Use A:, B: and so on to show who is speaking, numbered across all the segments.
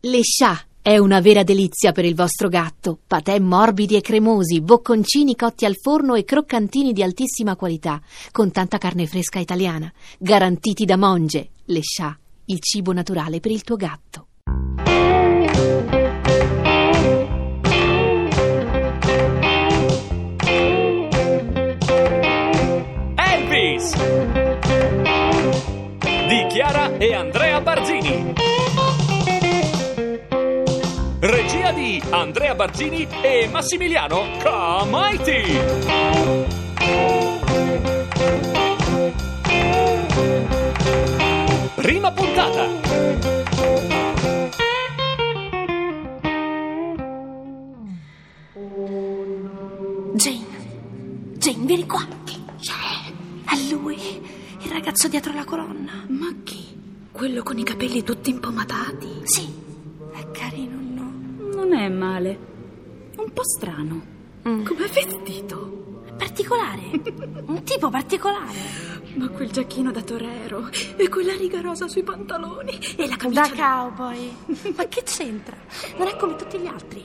A: Le scià è una vera delizia per il vostro gatto. Patè morbidi e cremosi, bocconcini cotti al forno e croccantini di altissima qualità, con tanta carne fresca italiana, garantiti da Monge. Le scià, il cibo naturale per il tuo gatto.
B: Elvis di Chiara e Andrea Barzini. Regia di Andrea Barzini e Massimiliano Comaiti. Prima puntata.
C: Jane, Jane, vieni qua. Chi c'è? È lui, il ragazzo dietro la colonna. Ma chi? Quello con i capelli tutti impomatati. Sì, è carino, no?
D: Non è male. Un po' strano.
C: Mm.
D: Com'è vestito?
C: Particolare, un tipo particolare.
D: Ma quel giacchino da torero e quella riga rosa sui pantaloni e la camicia.
C: Da cowboy. Ma che c'entra? Non è come tutti gli altri.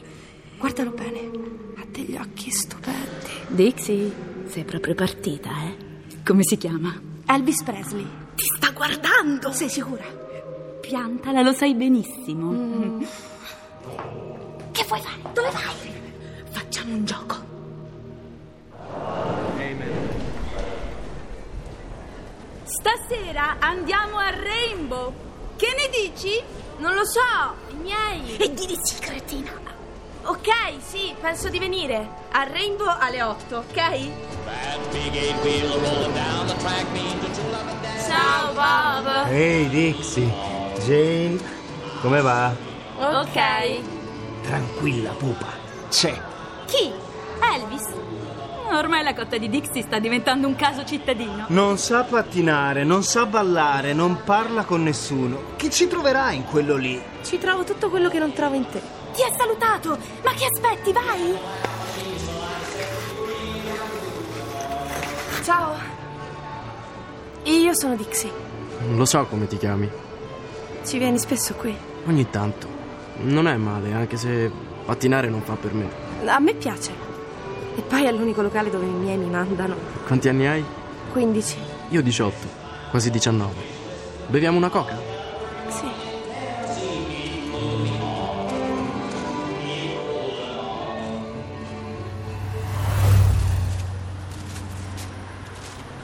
C: Guardalo bene, ha degli occhi stupendi.
D: Dixie, sei proprio partita, eh? Come si chiama?
C: Elvis Presley,
D: Ti sta guardando!
C: sei sicura?
D: Piantala, lo sai benissimo.
C: Mm. Che vuoi fare? Dove vai? Facciamo un gioco.
E: Stasera andiamo a Rainbow. Che ne dici? Non lo so, i miei.
C: E di dici, cretino.
E: Ok, sì, penso di venire. A Rainbow alle 8, ok? Ciao Bob.
F: Ehi Dixie, Jane, come va?
E: Ok.
F: Tranquilla pupa, c'è.
E: Chi? Elvis?
D: Ormai la cotta di Dixie sta diventando un caso cittadino.
F: Non sa pattinare, non sa ballare, non parla con nessuno. Chi ci troverà in quello lì?
C: Ci trovo tutto quello che non trovo in te. Ti ha salutato! Ma che aspetti, vai! Ciao. Io sono Dixie.
G: Non lo so come ti chiami.
C: Ci vieni spesso qui?
G: Ogni tanto. Non è male, anche se pattinare non fa per me.
C: A me piace. E poi è l'unico locale dove i miei mi mandano.
G: Quanti anni hai?
C: 15.
G: Io 18, quasi 19. Beviamo una coca?
C: Sì.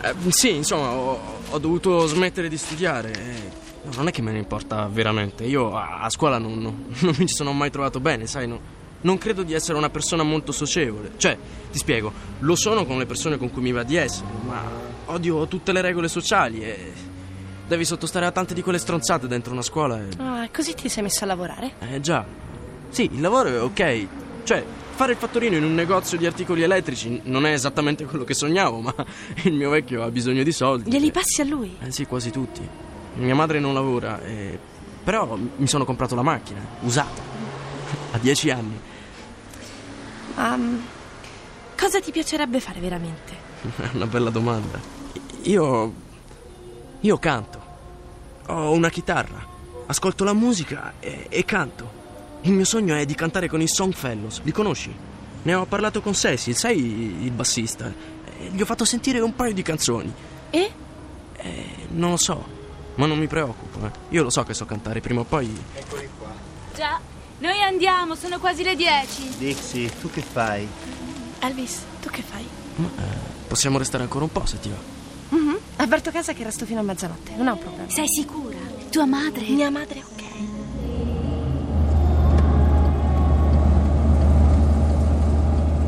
G: Eh, sì, insomma, ho, ho dovuto smettere di studiare. eh. No, non è che me ne importa veramente. Io a, a scuola non, non- non mi ci sono mai trovato bene, sai, no- Non credo di essere una persona molto socievole. Cioè, ti spiego, lo sono con le persone con cui mi va di essere, ma odio tutte le regole sociali e. Devi sottostare a tante di quelle stronzate dentro una scuola e.
C: Ah, così ti sei messo a lavorare?
G: Eh già. Sì, il lavoro è ok. Cioè, fare il fattorino in un negozio di articoli elettrici non è esattamente quello che sognavo, ma il mio vecchio ha bisogno di soldi.
C: Glieli passi a lui?
G: Eh sì, quasi tutti. Mia madre non lavora, eh, però mi sono comprato la macchina, usata, a dieci anni.
C: Um, cosa ti piacerebbe fare veramente?
G: È una bella domanda. Io. Io canto. Ho una chitarra. Ascolto la musica e, e canto. Il mio sogno è di cantare con i Songfellows. Li conosci? Ne ho parlato con Cecil, sai il bassista? Eh, Gli ho fatto sentire un paio di canzoni.
C: E?
G: Eh, non lo so, ma non mi preoccupo. eh. Io lo so che so cantare, prima o poi.
E: Già, noi andiamo, sono quasi le 10.
F: Dixie, tu che fai?
C: Elvis, tu che fai?
G: Possiamo restare ancora un po' se ti va.
H: Avverto casa che resto fino a mezzanotte, non ho un problema.
C: Sei sicura? Tua madre? Mia madre, ok.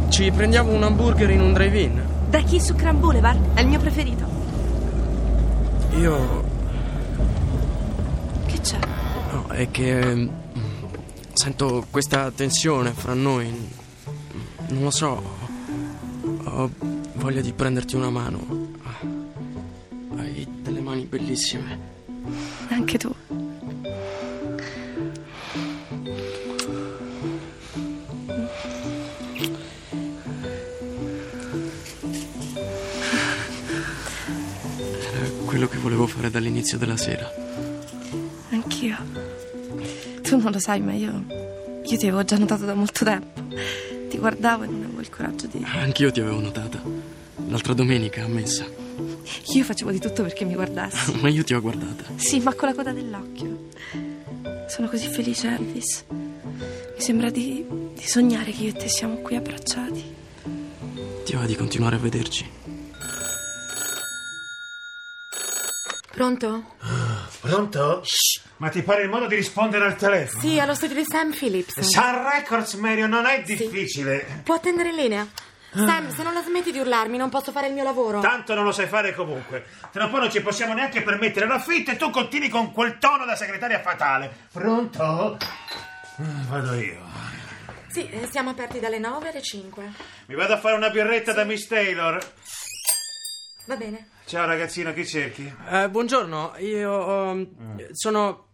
G: Ci prendiamo un hamburger in un drive-in.
C: Da chi su Grand Boulevard? È il mio preferito.
G: Io.
C: Che c'è?
G: No, è che mm, sento questa tensione fra noi. Mm, Non lo so. Ho voglia di prenderti una mano. Ah, Hai delle mani bellissime.
H: Anche tu.
G: Era quello che volevo fare dall'inizio della sera.
H: Anch'io. Tu Tu non lo sai, ma io. Io ti avevo già notato da molto tempo. Ti guardavo e non avevo il coraggio di.
G: Anch'io ti avevo notata. L'altra domenica a messa.
H: Io facevo di tutto perché mi guardassi.
G: Ma io ti ho guardata.
H: Sì, ma con la coda dell'occhio. Sono così felice, Elvis. Mi sembra di, di sognare che io e te siamo qui abbracciati.
G: Ti va di continuare a vederci?
I: Pronto?
J: Pronto? Ma ti pare il modo di rispondere al telefono?
I: Sì, allo studio di Sam Phillips.
J: Sun Records, Mario, non è difficile.
I: Può attendere in linea? Sam, se non la smetti di urlarmi, non posso fare il mio lavoro.
J: Tanto non lo sai fare comunque. Tra un po' non ci possiamo neanche permettere l'affitto e tu continui con quel tono da segretaria fatale. Pronto? Mm, Vado io.
I: Sì, eh, siamo aperti dalle 9 alle 5.
J: Mi vado a fare una birretta da Miss Taylor.
I: Va bene.
J: Ciao ragazzino, chi cerchi?
G: Eh, buongiorno, io ehm, sono...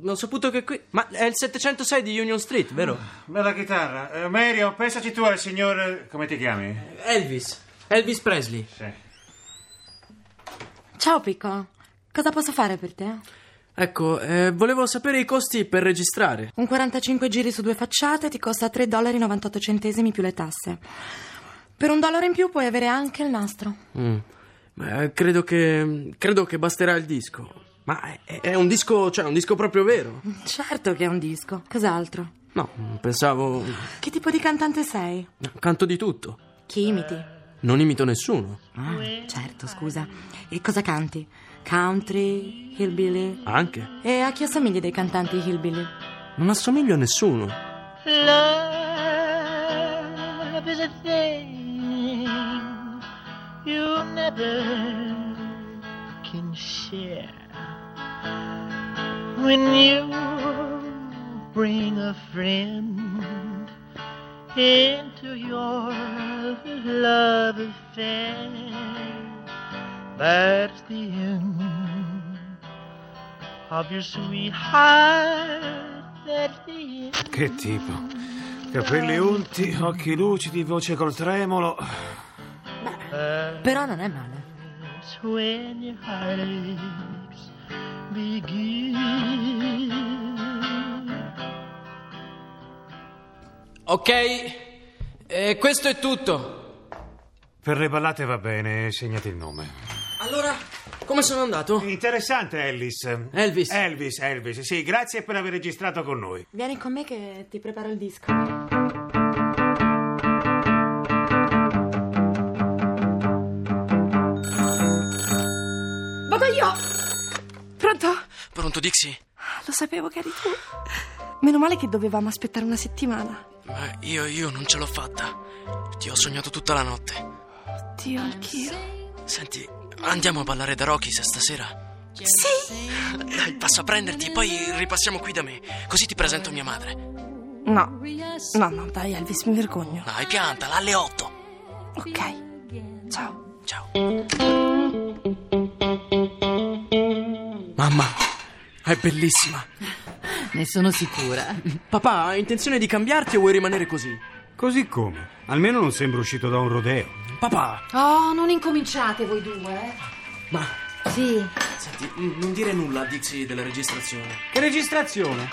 G: Ho saputo che qui... Ma è il 706 di Union Street, vero?
J: Bella chitarra. Eh, Mario, pensaci tu al signor... eh, come ti chiami?
G: Elvis. Elvis Presley.
J: Sì.
I: Ciao, Picco. Cosa posso fare per te?
G: Ecco, eh, volevo sapere i costi per registrare.
I: Un 45 giri su due facciate ti costa 3,98 dollari più le tasse. Per un dollaro in più puoi avere anche il nastro.
G: Mm. Ma eh, credo che... credo che basterà il disco. Ma è, è un disco... cioè un disco proprio vero?
I: Certo che è un disco. Cos'altro?
G: No, pensavo...
I: Che tipo di cantante sei?
G: Canto di tutto.
I: Chi imiti?
G: Non imito nessuno.
I: Ah, certo, scusa. E cosa canti? Country, hillbilly.
G: Anche.
I: E a chi assomigli dei cantanti hillbilly?
G: Non assomiglio a nessuno.
K: Love is a thing you never can share. When you bring a friend into your love affair, that's the end of your sweetheart. That's the end.
J: Che tipo? Capelli unti, occhi lucidi, voce col tremolo.
I: Però non è male.
K: That's when your heartaches begin.
G: Ok, eh, questo è tutto.
J: Per le ballate va bene, segnati il nome.
G: Allora, come sono andato?
J: Interessante, Ellis.
G: Elvis.
J: Elvis, Elvis, sì, grazie per aver registrato con noi.
I: Vieni con me che ti preparo il disco.
D: Vado io!
H: Pronto? Ah,
G: Pronto, Dixie?
H: Lo sapevo che eri tu. Meno male che dovevamo aspettare una settimana.
G: Ma Eh, io, io non ce l'ho fatta. Ti ho sognato tutta la notte.
H: Dio, anch'io.
G: Senti, andiamo a ballare da Rockies stasera?
H: Sì!
G: Dai, passo a prenderti, poi ripassiamo qui da me. Così ti presento mia madre.
H: No. No, no, dai, Elvis, mi vergogno.
G: Dai, piantala, alle 8.
H: Ok. Ciao.
G: Ciao. Mamma, è bellissima.
L: Ne sono sicura.
G: Papà, hai intenzione di cambiarti o vuoi rimanere così?
M: Così come? Almeno non sembra uscito da un rodeo.
G: Papà,
L: Oh, non incominciate voi due, eh?
G: ma
L: Sì.
G: senti, n- non dire nulla a Dixie della registrazione
M: Che registrazione?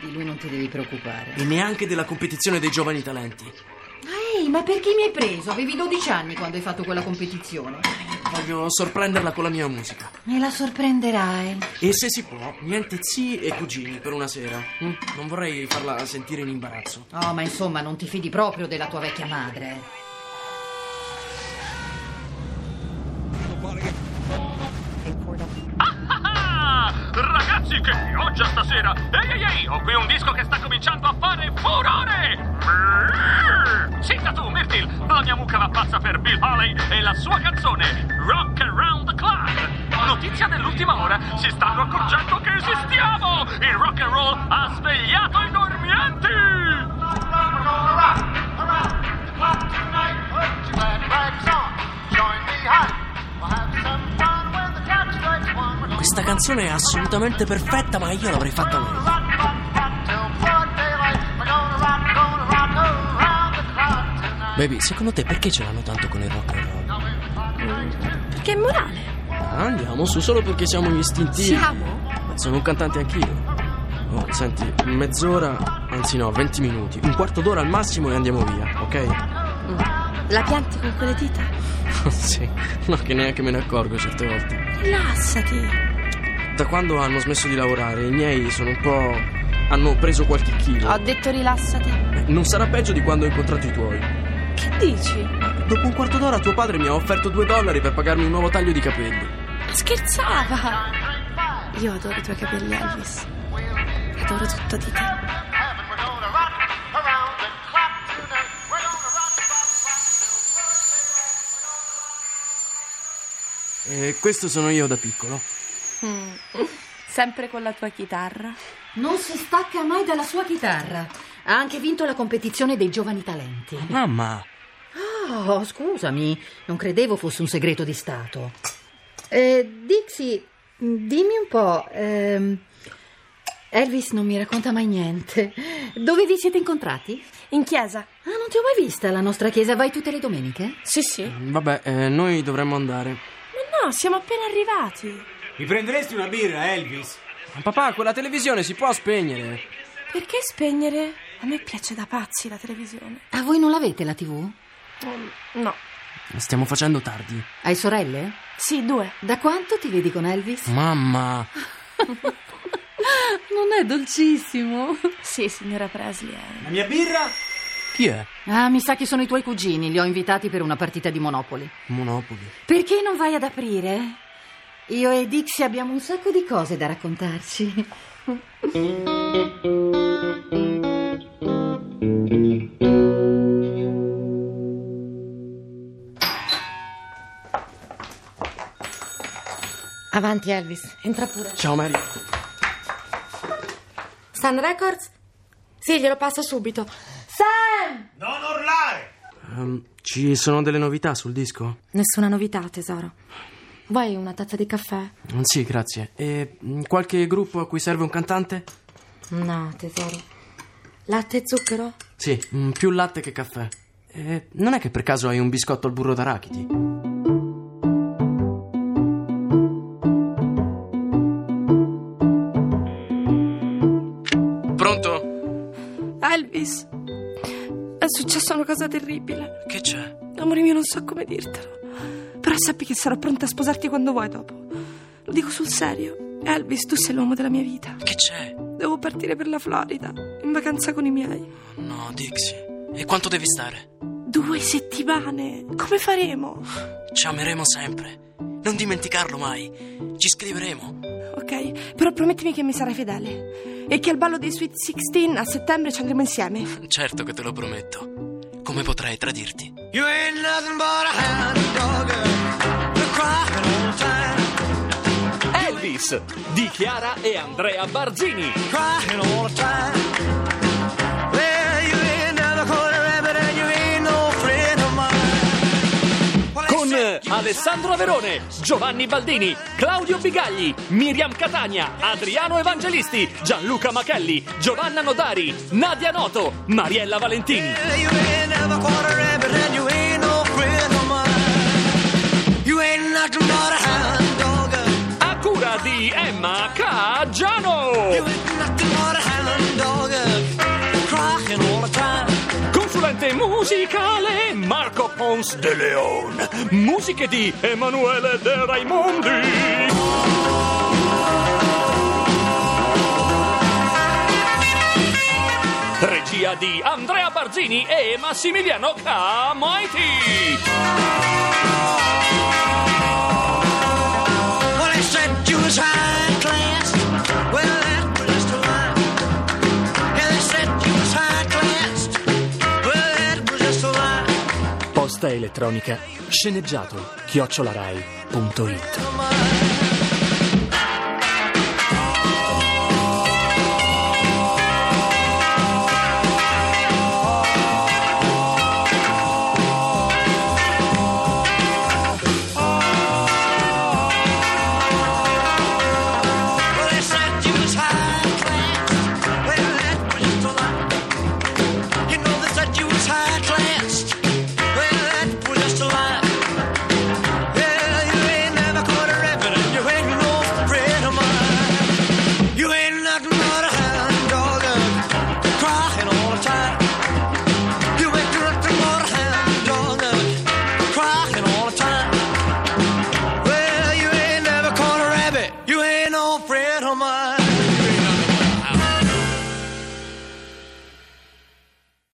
L: Di lui non ti devi preoccupare.
G: e neanche della competizione dei giovani talenti.
L: Ehi, ma perché mi hai preso? Avevi 12 anni quando hai fatto quella competizione.
G: Voglio sorprenderla con la mia musica.
L: Me la sorprenderai.
G: E se si può, niente zii e cugini per una sera. mm? Non vorrei farla sentire in imbarazzo.
L: Oh, ma insomma, non ti fidi proprio della tua vecchia madre.
B: Ah, Ragazzi, che pioggia stasera! Ehi, ehi, ehi, ho qui un disco che sta cominciando a fare furore! Senta tu, Myrtle, la mia mucca va pazza per Bill Haley e la sua canzone Rock Around the Clock! Notizia dell'ultima ora, si stanno accorgendo che esistiamo! Il rock and roll ha svegliato i dormienti!
G: Questa canzone è assolutamente perfetta, ma io l'avrei fatta meglio. Baby, secondo te perché ce l'hanno tanto con il rock and roll?
D: Perché è morale.
G: Ah, Andiamo su solo perché siamo gli istintivi.
D: Siamo?
G: Sono un cantante anch'io. Oh, senti, mezz'ora, anzi no, 20 minuti, un quarto d'ora al massimo e andiamo via, ok?
N: Mm. La pianti con quelle dita?
G: sì, no, che neanche me ne accorgo certe volte.
N: Rilassati.
G: Da quando hanno smesso di lavorare, i miei sono un po'. hanno preso qualche chilo. Eh,
N: Ho detto rilassati.
G: Non sarà peggio di quando ho incontrato i tuoi.
N: Che dici? Ma
G: Dopo un quarto d'ora tuo padre mi ha offerto 2 dollari per pagarmi un nuovo taglio di capelli.
N: scherzava! Io adoro i tuoi capelli, Elvis. Adoro tutto di te.
G: E Eh, questo sono io da piccolo.
C: Mm. Sempre con la tua chitarra.
L: Non si stacca mai dalla sua chitarra. Ha anche vinto la competizione dei giovani talenti.
G: Mamma!
L: Oh, scusami, non credevo fosse un segreto di Stato. Eh, Dixie, dimmi un po'. ehm, Elvis non mi racconta mai niente. Dove vi siete incontrati?
N: In chiesa. Ah,
L: non ti ho mai vista alla nostra chiesa. Vai tutte le domeniche?
N: Sì, sì.
G: Vabbè, eh, noi dovremmo andare.
N: no, siamo appena arrivati.
O: Mi prenderesti una birra, Elvis?
G: Ma papà, quella televisione si può spegnere.
C: Perché spegnere? A me piace da pazzi la televisione.
L: A voi non l'avete la TV?
C: Mm, No.
G: Stiamo facendo tardi.
L: Hai sorelle?
C: Sì, due.
L: Da quanto ti vedi con Elvis?
G: Mamma!
L: Non è dolcissimo.
C: Sì, signora Presley. eh.
O: La mia birra?
G: Chi è?
L: Ah, mi sa che sono i tuoi cugini, li ho invitati per una partita di Monopoli.
G: Monopoli.
L: Perché non vai ad aprire? Io e Dixie abbiamo un sacco di cose da raccontarci.
I: Avanti, Elvis, entra pure.
G: Ciao Mary.
I: Sun Records? Sì, glielo passo subito. Sam!
P: Non urlare!
G: Ehm, ci sono delle novità sul disco?
I: Nessuna novità, tesoro. Vuoi una tazza di caffè?
G: Mm, Sì, grazie. E mm, qualche gruppo a cui serve un cantante?
I: No, tesoro. Latte e zucchero?
G: Sì, mm, più latte che caffè. E non è che per caso hai un biscotto al burro d'arachidi? Pronto?
C: Elvis, è successa una cosa terribile.
G: Che c'è?
C: Amore mio, non so come dirtelo. Però sappi che sarò pronta a sposarti quando vuoi dopo. Lo dico sul serio. Elvis, tu sei l'uomo della mia vita.
G: Che c'è?
C: Devo partire per la Florida, in vacanza con i miei.
G: No, Dixie. E quanto devi stare?
C: Due settimane. Come faremo?
G: Ci ameremo sempre. Non dimenticarlo mai. Ci scriveremo.
C: Ok, però promettimi che mi sarai fedele. E che al ballo dei Sweet 16 a settembre ci andremo insieme.
G: Certo che te lo prometto. Come potrei tradirti?
Q: You ain't nothing but a hound dog to cry all the time.
R: Elvis di Chiara e Andrea Barzini.
Q: Crying all the time. Well, you ain't never caught a rabbit and you ain't no friend of mine.
R: Con Alessandro Verone, Giovanni Baldini, Claudio Bigagli, Miriam Catania, Adriano Evangelisti, Gianluca Machelli, Giovanna Nodari, Nadia Noto, Mariella Valentini.
Q: Well, you ain't never caught a rabbit and you ain't no friend of mine. You ain't nothing but a hound dog.
R: A cura di Emma Caggiano.
Q: Nothing but a hound dog. Crying all the time.
R: Consulente musicale Marco Pons de Leon. Musiche di Emanuele De Raimondi. Regia di Andrea Barzini e Massimiliano Camaiti.
Q: Well, they said you was high class. Well, that was the lie. Yeah, they said you was high class. Well, that was just a lie.
R: Posta elettronica sceneggiato chiocciolarai.it
Q: Come on.